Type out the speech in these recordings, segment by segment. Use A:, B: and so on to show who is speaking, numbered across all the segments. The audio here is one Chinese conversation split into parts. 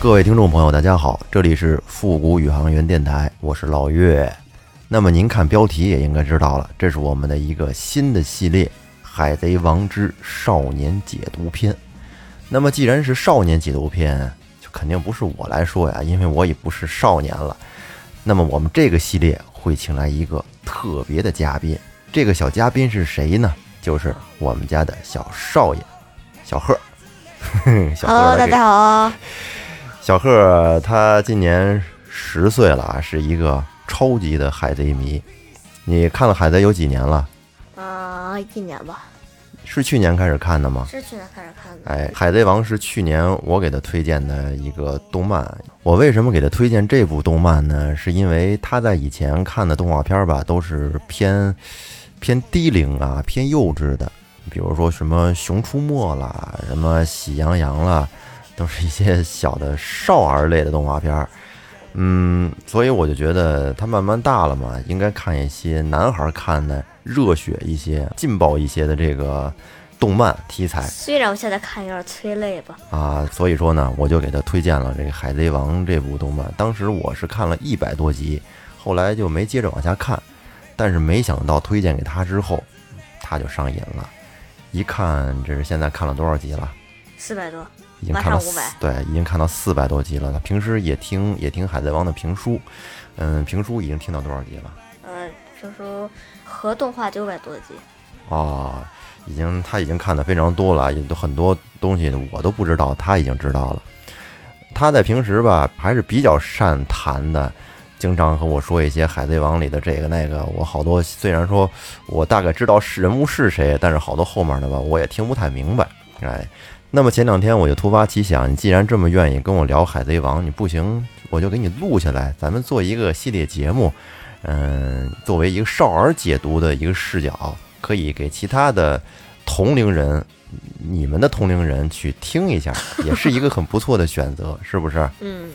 A: 各位听众朋友，大家好，这里是复古宇航员电台，我是老岳。那么您看标题也应该知道了，这是我们的一个新的系列《海贼王之少年解读篇》。那么既然是少年解读篇，就肯定不是我来说呀，因为我也不是少年了。那么我们这个系列会请来一个特别的嘉宾，这个小嘉宾是谁呢？就是我们家的小少爷，小贺。 小贺
B: Hello，
A: 来
B: 大
A: 给
B: 家好。
A: 小贺他今年十岁了啊，是一个超级的海贼迷。你看了《海贼》有几年了？
B: 啊、一年吧，
A: 是去年开始看的吗？
B: 是去年开始看的。
A: 哎，《海贼王》是去年我给他推荐的一个动漫。我为什么给他推荐这部动漫呢？是因为他在以前看的动画片儿吧，都是偏偏低龄啊、偏幼稚的，比如说什么《熊出没》啦、什么《喜羊羊》啦，都是一些小的少儿类的动画片儿。嗯，所以我就觉得他慢慢大了嘛，应该看一些男孩儿看的热血一些、劲爆一些的这个动漫题材。
B: 虽然我现在看有点催泪吧，
A: 啊，所以说呢，我就给他推荐了这个《海贼王》这部动漫。当时我是看了一百多集，后来就没接着往下看。但是没想到推荐给他之后，他就上瘾了。一看，这是现在看了多少集了？
B: 四百多。
A: 已经看到
B: 马上
A: 四
B: 500
A: 对，已经看到四百多集了。他平时也听也听《海贼王》的评书，嗯，评书已经听到多少集了？
B: 嗯、就说和动画九百多集，
A: 哦，已经他已经看的非常多了，也都很多东西我都不知道，他已经知道了。他在平时吧还是比较善谈的，经常和我说一些《海贼王》里的这个那个。我好多虽然说我大概知道是人物是谁，但是好多后面的吧我也听不太明白。哎，那么前两天我就突发奇想，你既然这么愿意跟我聊《海贼王》，你不行我就给你录下来，咱们做一个系列节目。嗯，作为一个少儿解读的一个视角，可以给其他的同龄人，你们的同龄人去听一下，也是一个很不错的选择，是不是？
B: 嗯，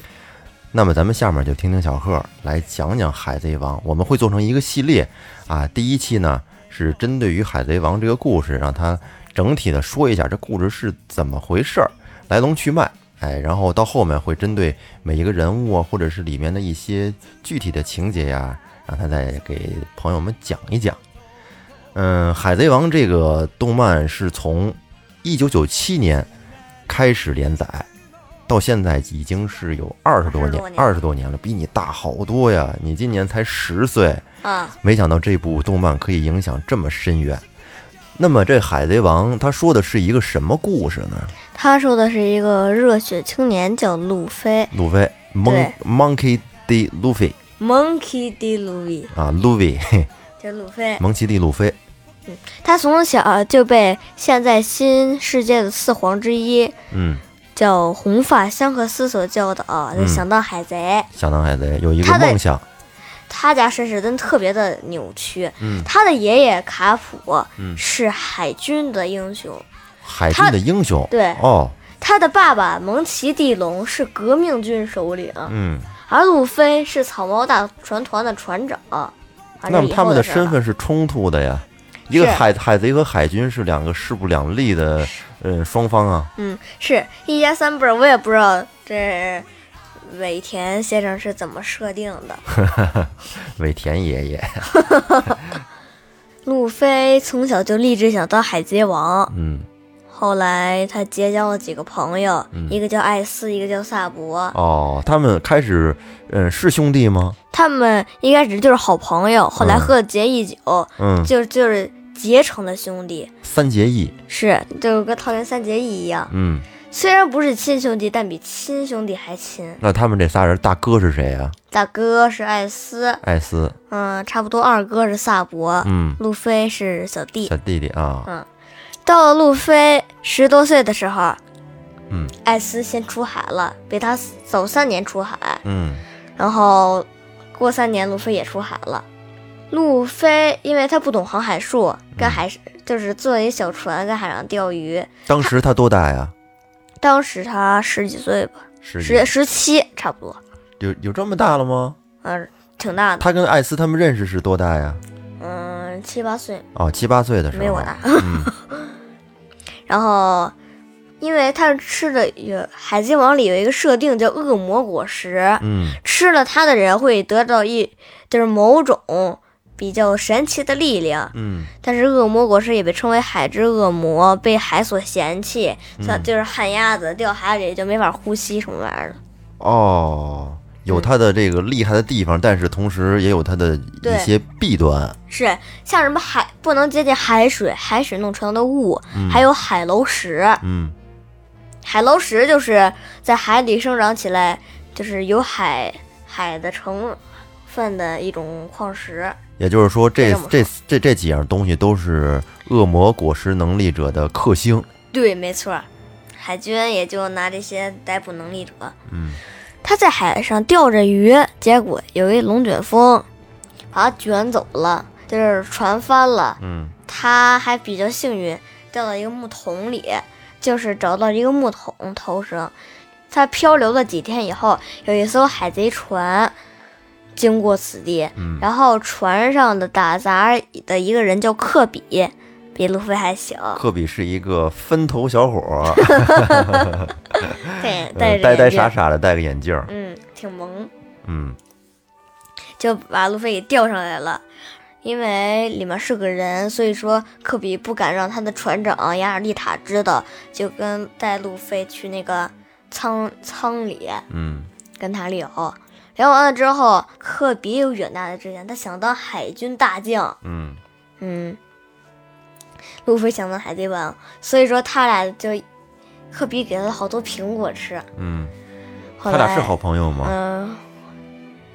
A: 那么咱们下面就听听小贺来讲讲《海贼王》，我们会做成一个系列啊。第一期呢是针对于《海贼王》这个故事，让他整体的说一下这故事是怎么回事儿，来龙去脉。哎，然后到后面会针对每一个人物啊，或者是里面的一些具体的情节呀、让他再给朋友们讲一讲。嗯，《海贼王》这个动漫是从一九九七年开始连载，到现在已经是有二十多年，二十
B: 20
A: 多年了，比你大好多呀！你今年才十岁，
B: 啊，
A: 没想到这部动漫可以影响这么深远。那么这《海贼王》他说的是一个什么故事呢？
B: 他说的是一个热血青年叫路飞
A: 路飞，Mon
B: 对
A: Monkey D. 路飞
B: ，Monkey D. Luffy，
A: 啊，路飞，嘿
B: 叫路飞。
A: 蒙奇 D. 路飞
B: 他从小就被现在新世界的四皇之一
A: 嗯，
B: 叫红发香克斯所教导，就想当海贼。
A: 想当海贼有一个
B: 他的
A: 梦想，
B: 他家身世真特别的扭曲。
A: 嗯
B: 他的爷爷卡普
A: 嗯
B: 是海军的英雄，
A: 海军
B: 他
A: 的英雄。
B: 对
A: 哦，
B: 他的爸爸蒙奇地龙是革命军首领，
A: 嗯，
B: 而路飞是草帽大船团的船长。啊
A: 那么他们的身，
B: 这以后事儿了
A: 份是冲突的呀。一个
B: 是
A: 海海贼和海军是两个势不两立的，呃，双方啊，
B: 嗯，是一家三辈儿，我也不知道这尾田先生是怎么设定的。嗯
A: 尾田爷爷，
B: 路飞从小就立志想当海贼王，
A: 嗯，
B: 后来他结交了几个朋友，
A: 嗯
B: 一个叫艾斯，一个叫萨博，
A: 哦，他们开始，嗯，是兄弟吗？
B: 他们一开始就是好朋友，后来
A: 嗯
B: 喝了结义酒，
A: 嗯，
B: 就就是结成了兄弟，
A: 三结义，
B: 是就跟桃园三结义一样。
A: 嗯，
B: 虽然不是亲兄弟，但比亲兄弟还亲。
A: 那他们这仨人，大哥是谁呀、
B: 大哥是艾斯，
A: 艾斯，
B: 嗯，差不多二哥是萨博，
A: 嗯，
B: 路飞是小弟
A: 小。弟弟啊，
B: 到了路飞十多岁的时候，
A: 嗯，
B: 艾斯先出海了，比他早三年出海。
A: 嗯，
B: 然后过三年，路飞也出海了。路飞因为他不懂航海术，
A: 嗯
B: 跟海、就是坐一小船跟海上钓鱼。
A: 当时他多大呀？
B: 当时他十几岁吧，
A: 十几
B: 十十七差不多，
A: 有有这么大了吗？
B: 嗯、挺大的，
A: 他跟艾斯他们认识是多大呀？
B: 嗯，七八岁
A: 哦，七八岁的时候，
B: 没我大。
A: 嗯
B: 然后因为他吃的有《海贼王》里有一个设定叫恶魔果实，
A: 嗯，
B: 吃了它的人会得到一就是某种比较神奇的力量。
A: 嗯，
B: 但是恶魔果实也被称为海之恶魔，被海所嫌弃，像就是旱鸭子掉海里就没法呼吸什么玩意儿的。
A: 哦，有它的这个厉害的地方，但是同时也有它的一
B: 对
A: 些弊端。
B: 是像什么海不能接近海水，海水弄成的雾，还有海楼石。
A: 嗯
B: 海楼石就是在海里生长起来，就是有海海的成分的一种矿石。
A: 也就是说，这
B: 这么说
A: 这这这几样东西都是恶魔果实能力者的克星。
B: 对，没错儿，海军也就拿这些逮捕能力者。
A: 嗯，
B: 他在海上钓着鱼，结果有一龙卷风把他卷走了，就是船翻了。
A: 嗯
B: 他还比较幸运，掉到一个木桶里，就是找到一个木桶逃生。他漂流了几天以后，有一艘海贼船经过此地，
A: 嗯
B: 然后船上的打杂的一个人叫克比，比路飞还小，
A: 科比是一个分头小伙儿，呃
B: 戴戴着
A: 呆呆
B: 眼镜
A: 傻，傻的，戴个眼镜儿。
B: 嗯，挺萌，
A: 嗯
B: 就把路飞给钓上来了。因为里面是个人，所以说科比不敢让他的船长雅尔丽塔知道，就跟带路飞去那个舱舱里
A: 嗯
B: 跟他聊。聊完了之后，科比有远大的志向，他想当海军大将。
A: 嗯
B: 嗯，路飞想当海贼王，所以说他俩就科比给了好多苹果吃。
A: 嗯，
B: 后
A: 他
B: 来
A: 俩是好朋友吗？
B: 嗯、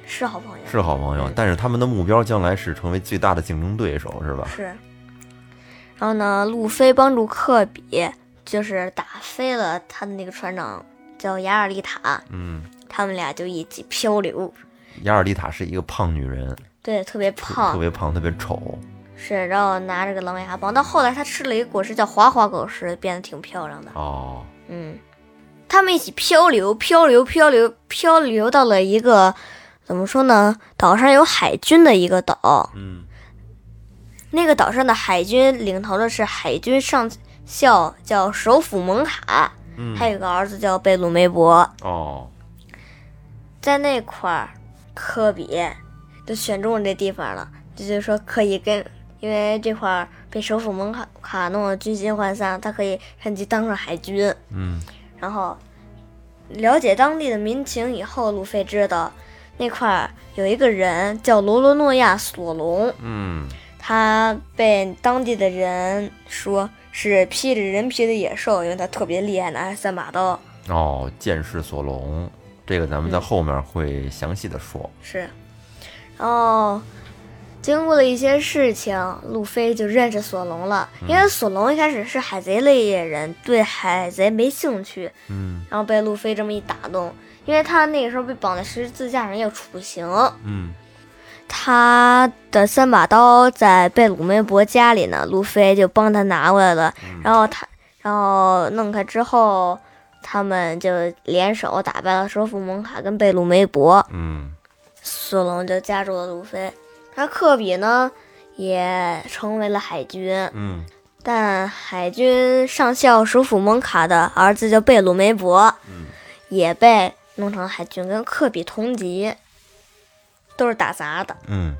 B: 是好朋友，
A: 是好朋友，
B: 嗯
A: 但是他们的目标将来是成为最大的竞争对手，是吧？
B: 是。然后呢，路飞帮助科比，就是打飞了他的那个船长，叫雅尔丽塔。
A: 嗯，
B: 他们俩就一起漂流，
A: 雅尔丽塔是一个胖女人，
B: 对，特别
A: 特
B: 胖，
A: 别胖，特别丑。
B: 是，然后拿着个狼牙棒。到后来，他吃了一个果实叫滑滑果实，变得挺漂亮的。
A: 哦，
B: 嗯，他们一起漂流，漂流，漂流，漂流到了一个怎么说呢？岛上有海军的一个岛，
A: 嗯
B: 那个岛上的海军领头的是海军上校，叫首府蒙卡，
A: 嗯，
B: 还有个儿子叫贝鲁梅博。
A: 哦，
B: 在那块儿，科比就选中了这地方了，这就是说可以跟，因为这块儿被首府蒙卡卡弄了军心涣散，他可以趁机当上海军。
A: 嗯
B: 然后了解当地的民情以后，路飞知道那块儿有一个人叫罗罗诺亚索隆，
A: 嗯
B: 他被当地的人说是披着人皮的野兽，因为他特别厉害，拿着三把刀。
A: 哦，剑士索隆，这个咱们在
B: 嗯
A: 后面会详细的说。
B: 是，然后经过了一些事情，路飞就认识索隆了。因为索隆一开始是海贼类野人，对海贼没兴趣，
A: 嗯
B: 然后被路飞这么一打动，因为他那个时候被绑在十字架上要处刑，
A: 嗯
B: 他的三把刀在贝鲁梅博家里呢，路飞就帮他拿过来了。然后他，然后弄开之后，他们就联手打败了首府蒙卡跟贝鲁梅博。
A: 嗯
B: 索隆就加入了路飞，而科比呢也成为了海军，
A: 嗯
B: 但海军上校首府蒙卡的儿子叫贝鲁梅博，也被弄成海军，跟科比同级，都是打杂的。
A: 嗯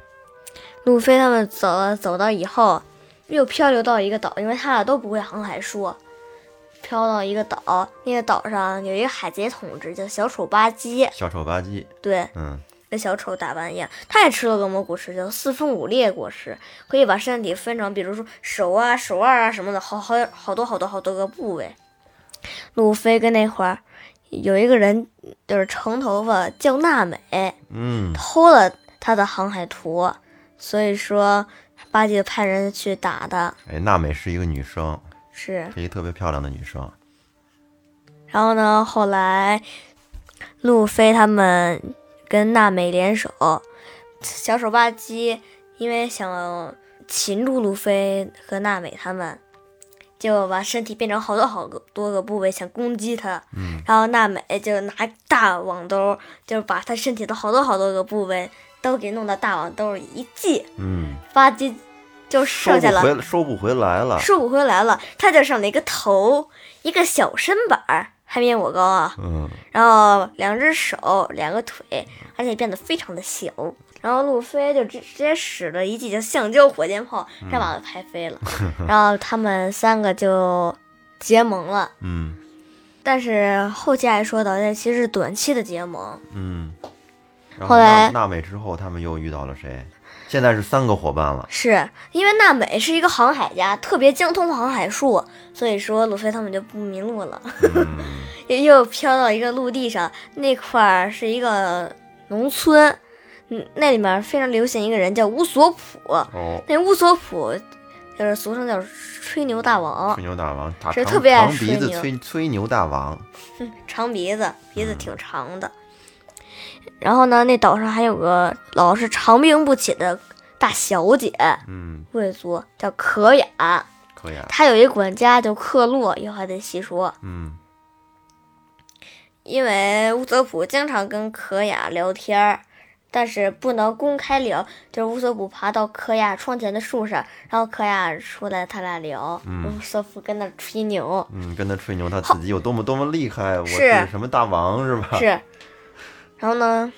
B: 路飞他们走了走到以后，又漂流到一个岛，因为他俩都不会航海术，漂到一个岛，那个岛上有一个海贼统治，叫小丑巴基，
A: 小丑吧唧，
B: 对，
A: 嗯
B: 跟小丑打扮一样，他也吃了恶魔果实，叫四分五裂果实，可以把身体分成，比如说手啊、手腕啊什么的，好好好多好多好多个部位。路飞跟那会儿有一个人就是长头发叫娜美，
A: 嗯
B: 偷了他的航海图，所以说巴基派人去打的
A: 哎，娜美是一个女生，
B: 是。
A: 是一个特别漂亮的女生。
B: 然后呢，后来路飞他们跟娜美联手，小手吧唧因为想擒住路飞和娜美他们，就把身体变成好多好个多个部位想攻击他。
A: 嗯
B: 然后娜美就拿大网兜，就是把他身体的好多好多个部位都给弄到大网兜里一系，
A: 嗯
B: 吧唧就
A: 收
B: 剩下
A: 不
B: 了
A: 回收不回来了。
B: 收不回来了，他就剩了一个头，一个小身板儿，还没我高啊，
A: 嗯，
B: 然后两只手，两个腿，而且变得非常的小。然后路飞就直直接使了一记叫橡胶火箭炮，这把他拍飞了。然后他们三个就结盟了，
A: 嗯
B: 但是后期还说到，这其实是短期的结盟。
A: 嗯。然
B: 后来
A: 纳纳美之后，他们又遇到了谁？现在是三个伙伴了。
B: 是因为娜美是一个航海家，特别精通航海术，所以说路飞他们就不迷路了，
A: 嗯
B: 又又飘到一个陆地上，那块儿是一个农村，嗯，那里面非常流行一个人叫乌索普，
A: 哦，
B: 那乌索普就是俗称叫吹牛大王
A: 吹，牛大王，他
B: 谁
A: 长
B: 特别爱
A: 长鼻子
B: 吹
A: 吹
B: 牛
A: 吹牛大王。
B: 长鼻子，鼻子挺长的。然后呢，那岛上还有个老是长病不起的大小姐
A: 嗯，
B: 贵族，叫可雅。
A: 可以啊。
B: 她有一管家叫克洛，以后还得细说。
A: 嗯
B: 因为乌索普经常跟可雅聊天儿，但是不能公开聊。就是乌索普爬到可雅窗前的树上，然后可雅出来，他俩聊。
A: 嗯
B: 乌索普跟那吹牛。
A: 嗯，跟他吹牛，他自己有多么多么厉害，我
B: 是
A: 什么大王是吧？
B: 是，然后呢，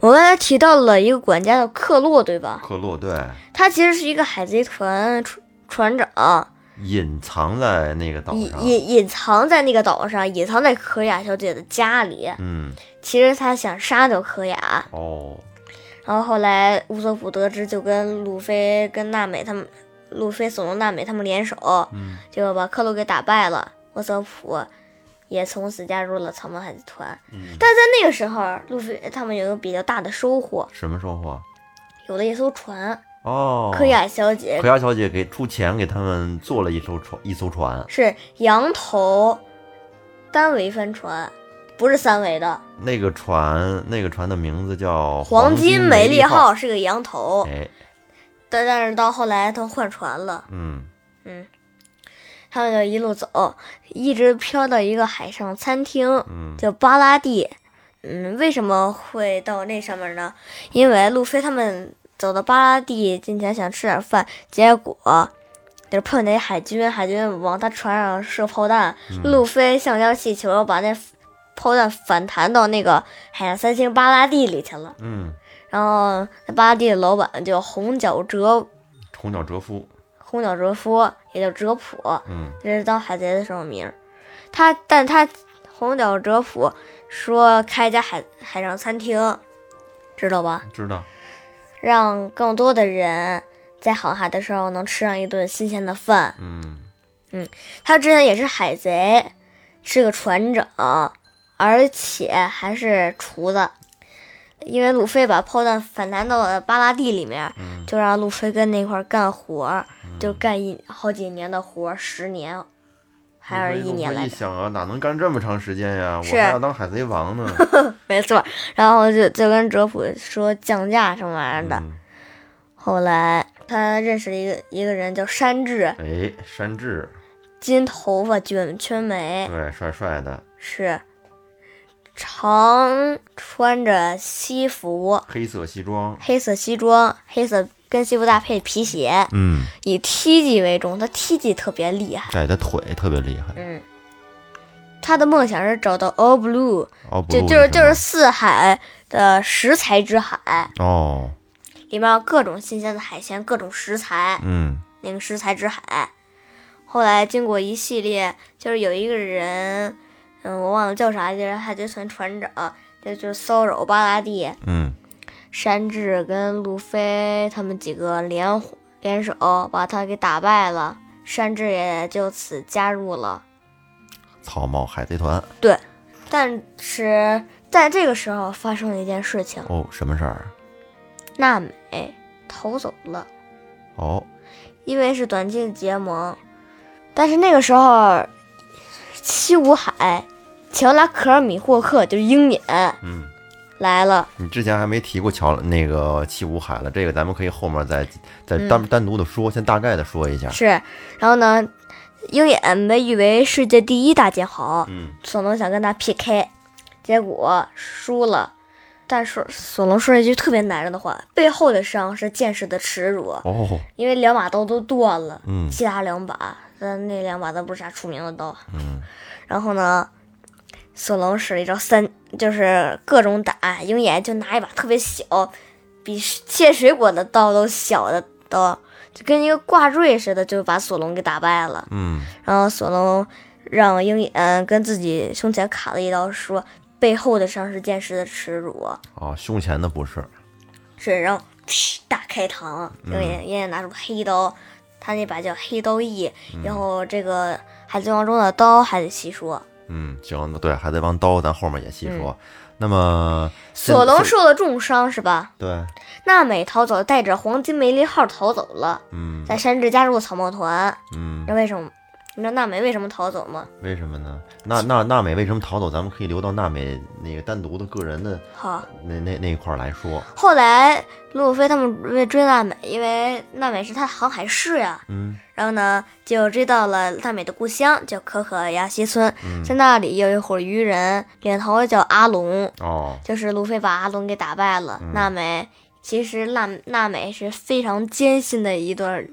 B: 我刚才提到了一个管家叫克洛，对吧？
A: 克洛对，
B: 他其实是一个海贼船船船长，
A: 隐藏在那个岛
B: 隐
A: 上。
B: 隐隐藏在那个岛上，隐藏在可雅小姐的家里。
A: 嗯，
B: 其实他想杀掉可雅，
A: 哦，
B: 然后后来乌索普得知，就跟路飞、跟娜美他们，路飞怂恿娜美他们联手，
A: 嗯
B: 就把克洛给打败了。乌索普也从此加入了草帽海贼团。
A: 嗯，
B: 但在那个时候，路飞他们有一个比较大的收获，
A: 什么收获？
B: 有了一艘船，
A: 哦，
B: 科雅小姐
A: 可雅小姐给出钱给他们做了一艘船，一艘船，
B: 是羊头单桅帆船，不是三桅的。
A: 那个船，那个船的名字叫
B: 黄金
A: 美
B: 丽
A: 丽。
B: 是个羊头，
A: 哎，
B: 但但是到后来他们换船了，
A: 嗯
B: 他们就一路走，一直飘到一个海上餐厅，
A: 嗯
B: 叫巴拉蒂。嗯，为什么会到那上面呢？因为路飞他们走到巴拉蒂近前想吃点饭，结果就是碰见一海军，海军往他船上射炮弹，路飞橡胶气球把那炮弹反弹到那个海上三星巴拉蒂里去了。
A: 嗯，
B: 然后那巴拉蒂的老板叫红脚哲
A: 红脚哲夫，
B: 红脚哲夫，也叫哲普，
A: 嗯
B: 这是当海贼的时候名儿。他，但他红脚哲普说开一家海海上餐厅，知道吧？
A: 知道，
B: 让更多的人在航海的时候能吃上一顿新鲜的饭。
A: 嗯
B: 他之前也是海贼，是个船长，而且还是厨子。因为路飞把炮弹反弹到了巴拉地里面，
A: 嗯
B: 就让路飞跟那块儿干活儿，就干一好几年的活儿，十年还是一年来
A: 一
B: 着。
A: 想啊，哪能干这么长时间呀？我
B: 是
A: 还要当海贼王 呢。
B: 没错，然后就就跟哲普说降价什么玩意儿的。
A: 嗯
B: 后来他认识了一个一个人叫山治，
A: 哎，山治，
B: 金头发卷圈眉，
A: 对，帅帅的，
B: 是常穿着西服、
A: 黑色西装，
B: 黑色西装、黑色跟西服搭配皮鞋，
A: 嗯，
B: 以踢技为重，他踢技特别厉害。
A: 对，他腿特别厉害，
B: 嗯，他的梦想是找到 All Blue，
A: 哦，不
B: 就
A: 录
B: 就是
A: 吗
B: 就是四海的食材之海。
A: 哦，
B: 里面有各种新鲜的海鲜，各种食材，
A: 嗯
B: 那个食材之海。后来经过一系列，就是有一个人，嗯，我忘了叫啥，就是海贼船船长，就就骚扰巴拉蒂、
A: 嗯
B: 山治跟路飞他们几个联伙联手把他给打败了，山治也就此加入了。
A: 草帽海贼团
B: 但是在这个时候发生了一件事情，
A: 哦，什么事儿？
B: 娜美逃走了。
A: 哦，
B: 因为是短期的结盟，但是那个时候，西武海、乔拉科尔米霍克就是鹰眼
A: 嗯，
B: 来了，
A: 你之前还没提过乔那个七武海了，这个咱们可以后面再再
B: 嗯
A: 单、单独的说，先大概的说一下。
B: 是，然后呢，鹰眼被誉为世界第一大剑豪，
A: 嗯
B: 索隆想跟他 PK，结果输了，但是索隆说了一句特别男人的话：“背后的伤是剑士的耻辱，
A: 哦，
B: 因为两把刀都断了，
A: 嗯
B: 其他两把，但那两把都不是啥出名的刀。啊
A: 嗯
B: 然后呢，索隆使了一招三，就是各种打，鹰眼就拿一把特别小，比切水果的刀都小的刀，就跟一个挂坠似的，就把索隆给打败了。
A: 嗯，
B: 然后索隆让鹰眼跟自己胸前卡了一刀，说背后的伤是剑士的耻辱，
A: 哦，胸前的不是，
B: 是让噗大开膛。鹰眼鹰眼拿出黑刀，他那把叫黑刀翼，然后这个海贼王中的刀还得细说。
A: 嗯，行，那对，海贼王刀咱后面也细说。那么
B: 嗯索隆
A: 是
B: 受了重伤是吧？
A: 对，
B: 娜美逃走，带着黄金梅林号逃走了，
A: 嗯
B: 在山治加入草帽团。
A: 嗯
B: 那，为什么？你知道娜美为什么逃走吗？
A: 为什么呢？那那娜美为什么逃走？咱们可以留到娜美那个单独的个人的
B: 好，
A: 那那那一块儿来说。
B: 后来路飞他们为追娜美，因为娜美是他的航海士呀、
A: 嗯
B: 然后呢，就追到了娜美的故乡，叫可可亚西村，
A: 嗯
B: 在那里有一伙鱼人，领头叫阿龙，
A: 哦，
B: 就是路飞把阿龙给打败了。
A: 嗯
B: 娜美其实娜娜美是非常艰辛的一段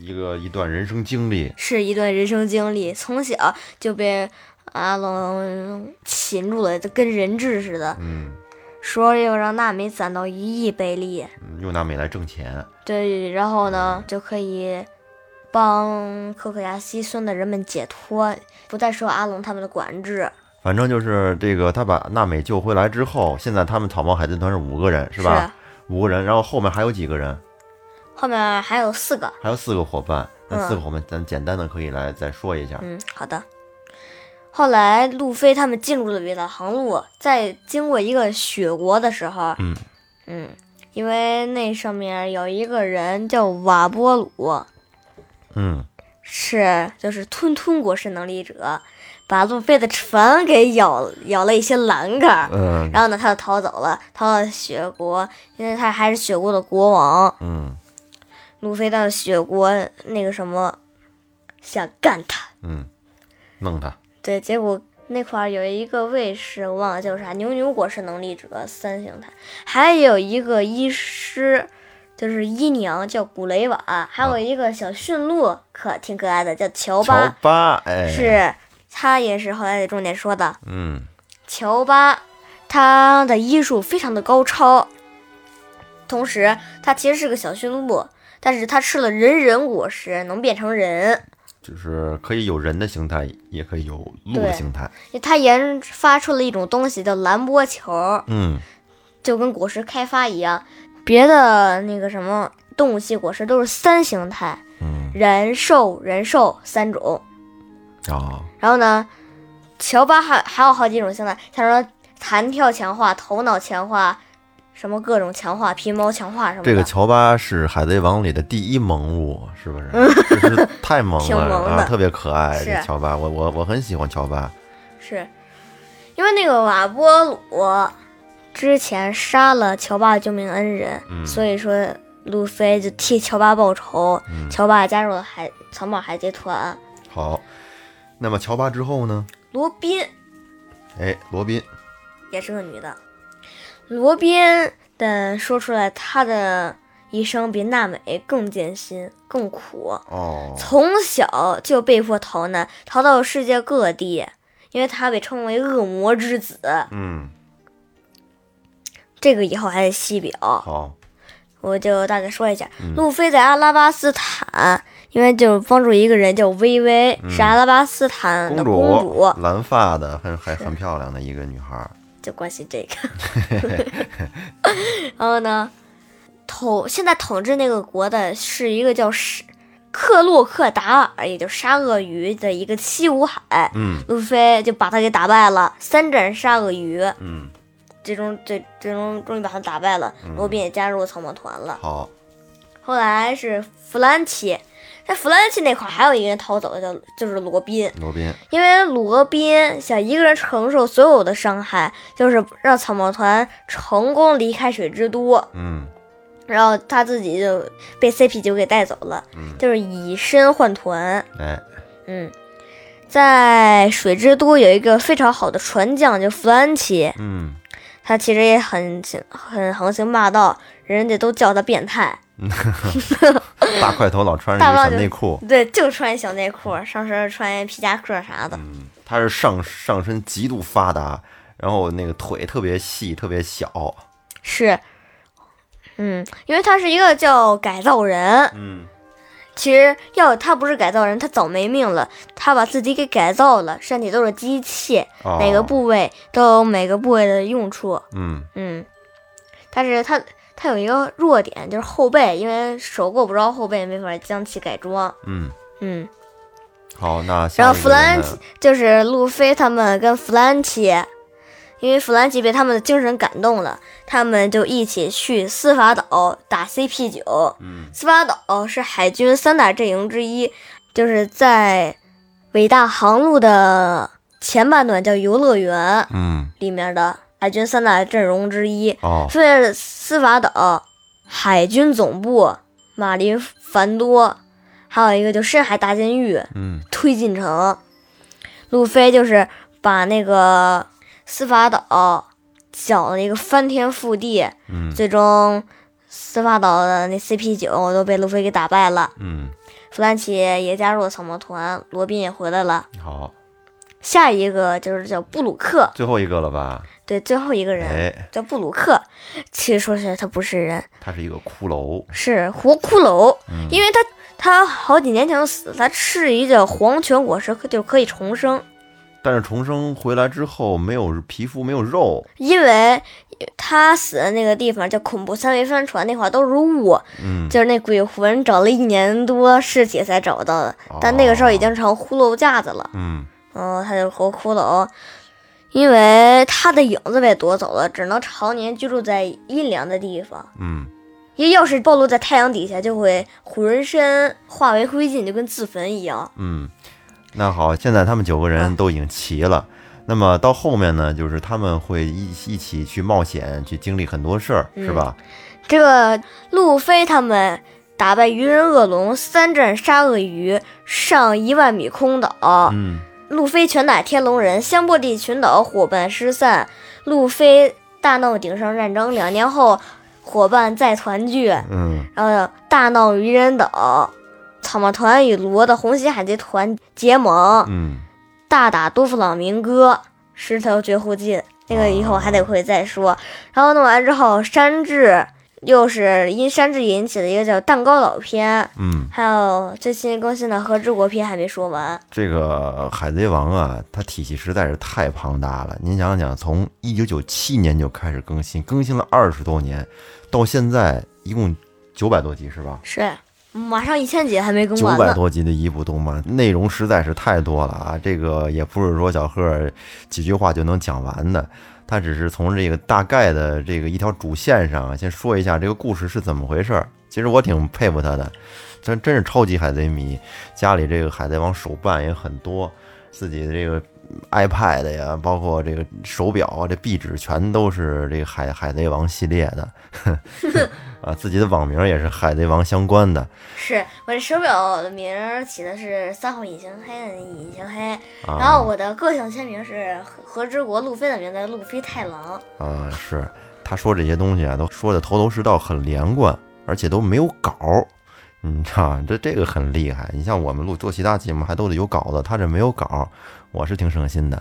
A: 一个一段人生经历。
B: 是一段人生经历，从小就被阿龙擒住了，就跟人质似的，
A: 嗯，
B: 说要让娜美攒到一亿贝利，
A: 嗯用娜美来挣钱。
B: 对，然后呢就可以帮可可亚西村的人们解脱，不再受阿龙他们的管制，
A: 反正就是这个，他把娜美救回来之后，现在他们草帽海贼团是五个人，是吧？五个人，然后后面还有几个人？
B: 后面还有四个，
A: 还有四个伙伴。那
B: 嗯
A: 四个伙伴，咱简单的可以来再说一下。
B: 嗯，好的。后来路飞他们进入了伟大航路，在经过一个雪国的时候，
A: 嗯
B: 嗯因为那上面有一个人叫瓦波鲁，
A: 嗯，
B: 是就是吞吞国是能力者，把路飞的船给咬咬了一些栏杆儿，
A: 嗯
B: 然后呢他就逃走了，逃到雪国，因为他还是雪国的国王。
A: 嗯
B: 路飞到雪国那个什么，想干他，
A: 嗯，弄他。
B: 对，结果那块儿有一个卫士，我忘了叫啥，牛牛果是能力者三形态，还有一个医师，就是医娘叫古雷瓦，还有一个小驯鹿，可挺可爱的，叫啊乔
A: 乔
B: 巴，
A: 巴，哎，，
B: 是他也是后来的重点说的。
A: 嗯
B: 乔巴，他的医术非常的高超，同时他其实是个小驯鹿，但是他吃了人人果实能变成人。
A: 就是可以有人的形态，也可以有鹿的
B: 对
A: 形态。
B: 他研发出了一种东西叫蓝波球，
A: 嗯
B: 就跟果实开发一样，别的那个什么动物系果实都是三形态，
A: 嗯
B: 人、兽、人兽三种。
A: 啊，
B: 然后呢，乔巴还还有好几种形态，像说弹跳强化、头脑强化，什么各种强化、皮毛强化什么的。
A: 这个乔巴是《海贼王》里的第一萌物，是 不是？就是太萌
B: 挺萌
A: 了啊，
B: 的
A: 特别可爱。这
B: 是
A: 乔巴，我我我很喜欢乔巴。
B: 是因为那个瓦波鲁之前杀了乔巴的救命恩人，
A: 嗯
B: 所以说路飞就替乔巴报仇。
A: 嗯
B: 乔巴加入了海草帽海贼团。
A: 好，那么乔巴之后呢？
B: 罗宾
A: 哎，罗宾，
B: 也是个女的，罗宾的说出来，她的一生比娜美更艰辛、更苦。
A: 哦，
B: 从小就被迫逃难，逃到世界各地，因为她被称为恶魔之子。
A: 嗯，
B: 这个以后还得细表。
A: 好，
B: 我就大概说一下，路飞在阿拉巴斯坦，因为就是帮助一个人叫薇薇，是阿拉巴斯坦的
A: 主，
B: 嗯公主，
A: 蓝发的，很还很漂亮的一个女孩儿。
B: 就关心这个。然后呢，统现在统治那个国的是一个叫是克洛克达尔，也就是鲨鳄鱼的一个七武海。
A: 嗯
B: 路飞就把他给打败了，三战鲨鳄鱼，
A: 嗯，
B: 最终最最终终于把他打败了。罗宾也加入草帽团了。
A: 好，
B: 后来是弗兰奇，在弗兰奇那块儿还有一个人逃走，叫就是罗宾，
A: 罗宾，
B: 因为罗宾想一个人承受所有的伤害，就是让草帽团成功离开水之都，
A: 嗯
B: 然后他自己就被 CP 九给带走了，
A: 嗯
B: 就是以身换团。
A: 哎，
B: 嗯， 在水之都有一个非常好的船匠，叫弗兰奇，
A: 嗯
B: 他其实也很行很横行霸道，人家都叫他变态。
A: 大块头老穿着一
B: 大
A: 小
B: 帽子
A: 内裤，
B: 对，就穿一小内裤，上身穿一皮夹克啥的。
A: 嗯，他是上上身极度发达，然后那个腿特别细，特别小，
B: 是，嗯，因为他是一个叫改造人，
A: 嗯，
B: 其实要他不是改造人，他早没命了，他把自己给改造了，身体都是机器，
A: 哦、
B: 每个，部位都有每个部位的用处。
A: 嗯，
B: 嗯，但是他他有一个弱点，就是后背，因为手够不着后背，没法将其改装。
A: 嗯，
B: 嗯，
A: 好，那下
B: 然后
A: 一
B: 弗
A: 个
B: 兰
A: 人呢
B: 就是路飞他们跟弗兰奇，因为弗兰奇被他们的精神感动了，他们就一起去司法岛打 CP 九。
A: 嗯，
B: 司法岛是海军三大阵营之一，就是在伟大航路的前半段叫游乐园
A: 嗯，
B: 里面的海军三大阵容之一。
A: 哦，
B: 菲尔斯法岛海军总部马林凡多，还有一个就深海大监狱
A: 嗯，
B: 推进城。路飞就是把那个司法岛搅了一个翻天覆地，
A: 嗯，
B: 最终司法岛的那 CP 九都被路飞给打败了。
A: 嗯，
B: 弗兰奇也加入了草帽团，罗宾也回来了。
A: 好，
B: 下一个就是叫布鲁克，
A: 最后一个了吧？
B: 对，最后一个人
A: 哎，
B: 叫布鲁克。其实说起来，他不是人，
A: 它是一个骷髅，
B: 是活骷髅，
A: 嗯
B: 因为他他好几年前就死了，他吃一个黄泉果实可就可以重生，
A: 但是重生回来之后没有皮肤，没有肉，
B: 因为他死的那个地方叫恐怖三维帆船那块儿都是雾，
A: 嗯，
B: 就是那鬼魂找了一年多尸体才找到的，
A: 啊哦
B: 但那个时候已经成骷髅架子了，
A: 嗯，
B: 嗯，他就是活骷髅。因为他的影子被夺走了，只能常年居住在阴凉的地方。
A: 嗯，
B: 因为要是暴露在太阳底下，就会浑身化为灰烬，就跟自焚一样。
A: 嗯，那好，现在他们九个人都已经齐了。那么到后面呢，就是他们会一一起去冒险，去经历很多事儿，是吧？
B: 这个路飞他们打败鱼人恶龙，三战鲨鳄鱼，上一万米空岛，
A: 嗯
B: 路飞拳打天龙人，香波地群岛伙伴失散，路飞大闹顶上战争，两年后伙伴再团聚，
A: 嗯
B: 然后大闹愚人岛，草帽团与罗的红旗海贼团结盟，
A: 嗯，
B: 大打多弗朗明哥，石头绝户进，那个以后还得会再说。然后弄完之后，山治又是因山治引起的一个叫蛋糕岛篇，
A: 嗯，
B: 还有最新更新的和之国篇还没说完。
A: 这个海贼王啊，它体系实在是太庞大了。您想想，从一九九七年就开始更新，更新了二十多年，到现在一共九百多集，是吧？
B: 是，马上一千集还没更
A: 九
B: 完
A: 百
B: 呢。
A: 多集的一部动漫，内容实在是太多了啊！这个也不是说小贺儿几句话就能讲完的，他只是从这个大概的这个一条主线上啊，先说一下这个故事是怎么回事儿。其实我挺佩服他的，真真是超级海贼迷，家里这个海贼王手办也很多，自己的这个 iPad 呀，包括这个手表啊，这壁纸全都是这个海海贼王系列的， 啊，自己的网名也是海贼王相关的
B: 是我这手表的名儿起的是三号隐形黑的隐形黑，
A: 啊。
B: 然后我的个性签名是和和之国路飞的名字路飞太郎。
A: 啊，是他说这些东西啊，都说的头头是道，很连贯，而且都没有稿儿。你知道，这这个很厉害。你像我们录做其他节目还都得有稿子，他这没有稿儿，我是挺省心的。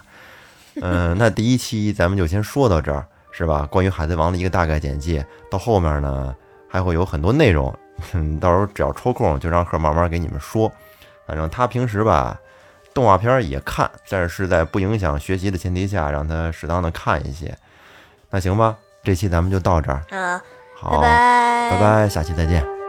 A: 嗯、那第一期咱们就先说到这儿，是吧？关于《海贼王》的一个大概简介，到后面呢还会有很多内容，哼到时候只要抽空就让贺慢慢给你们说。反正他平时吧，动画片儿也看，但是在不影响学习的前提下，让他适当的看一些。那行吧，这期咱们就到这儿，
B: 啊，
A: 好，
B: 拜
A: 拜拜下期再见。
B: 拜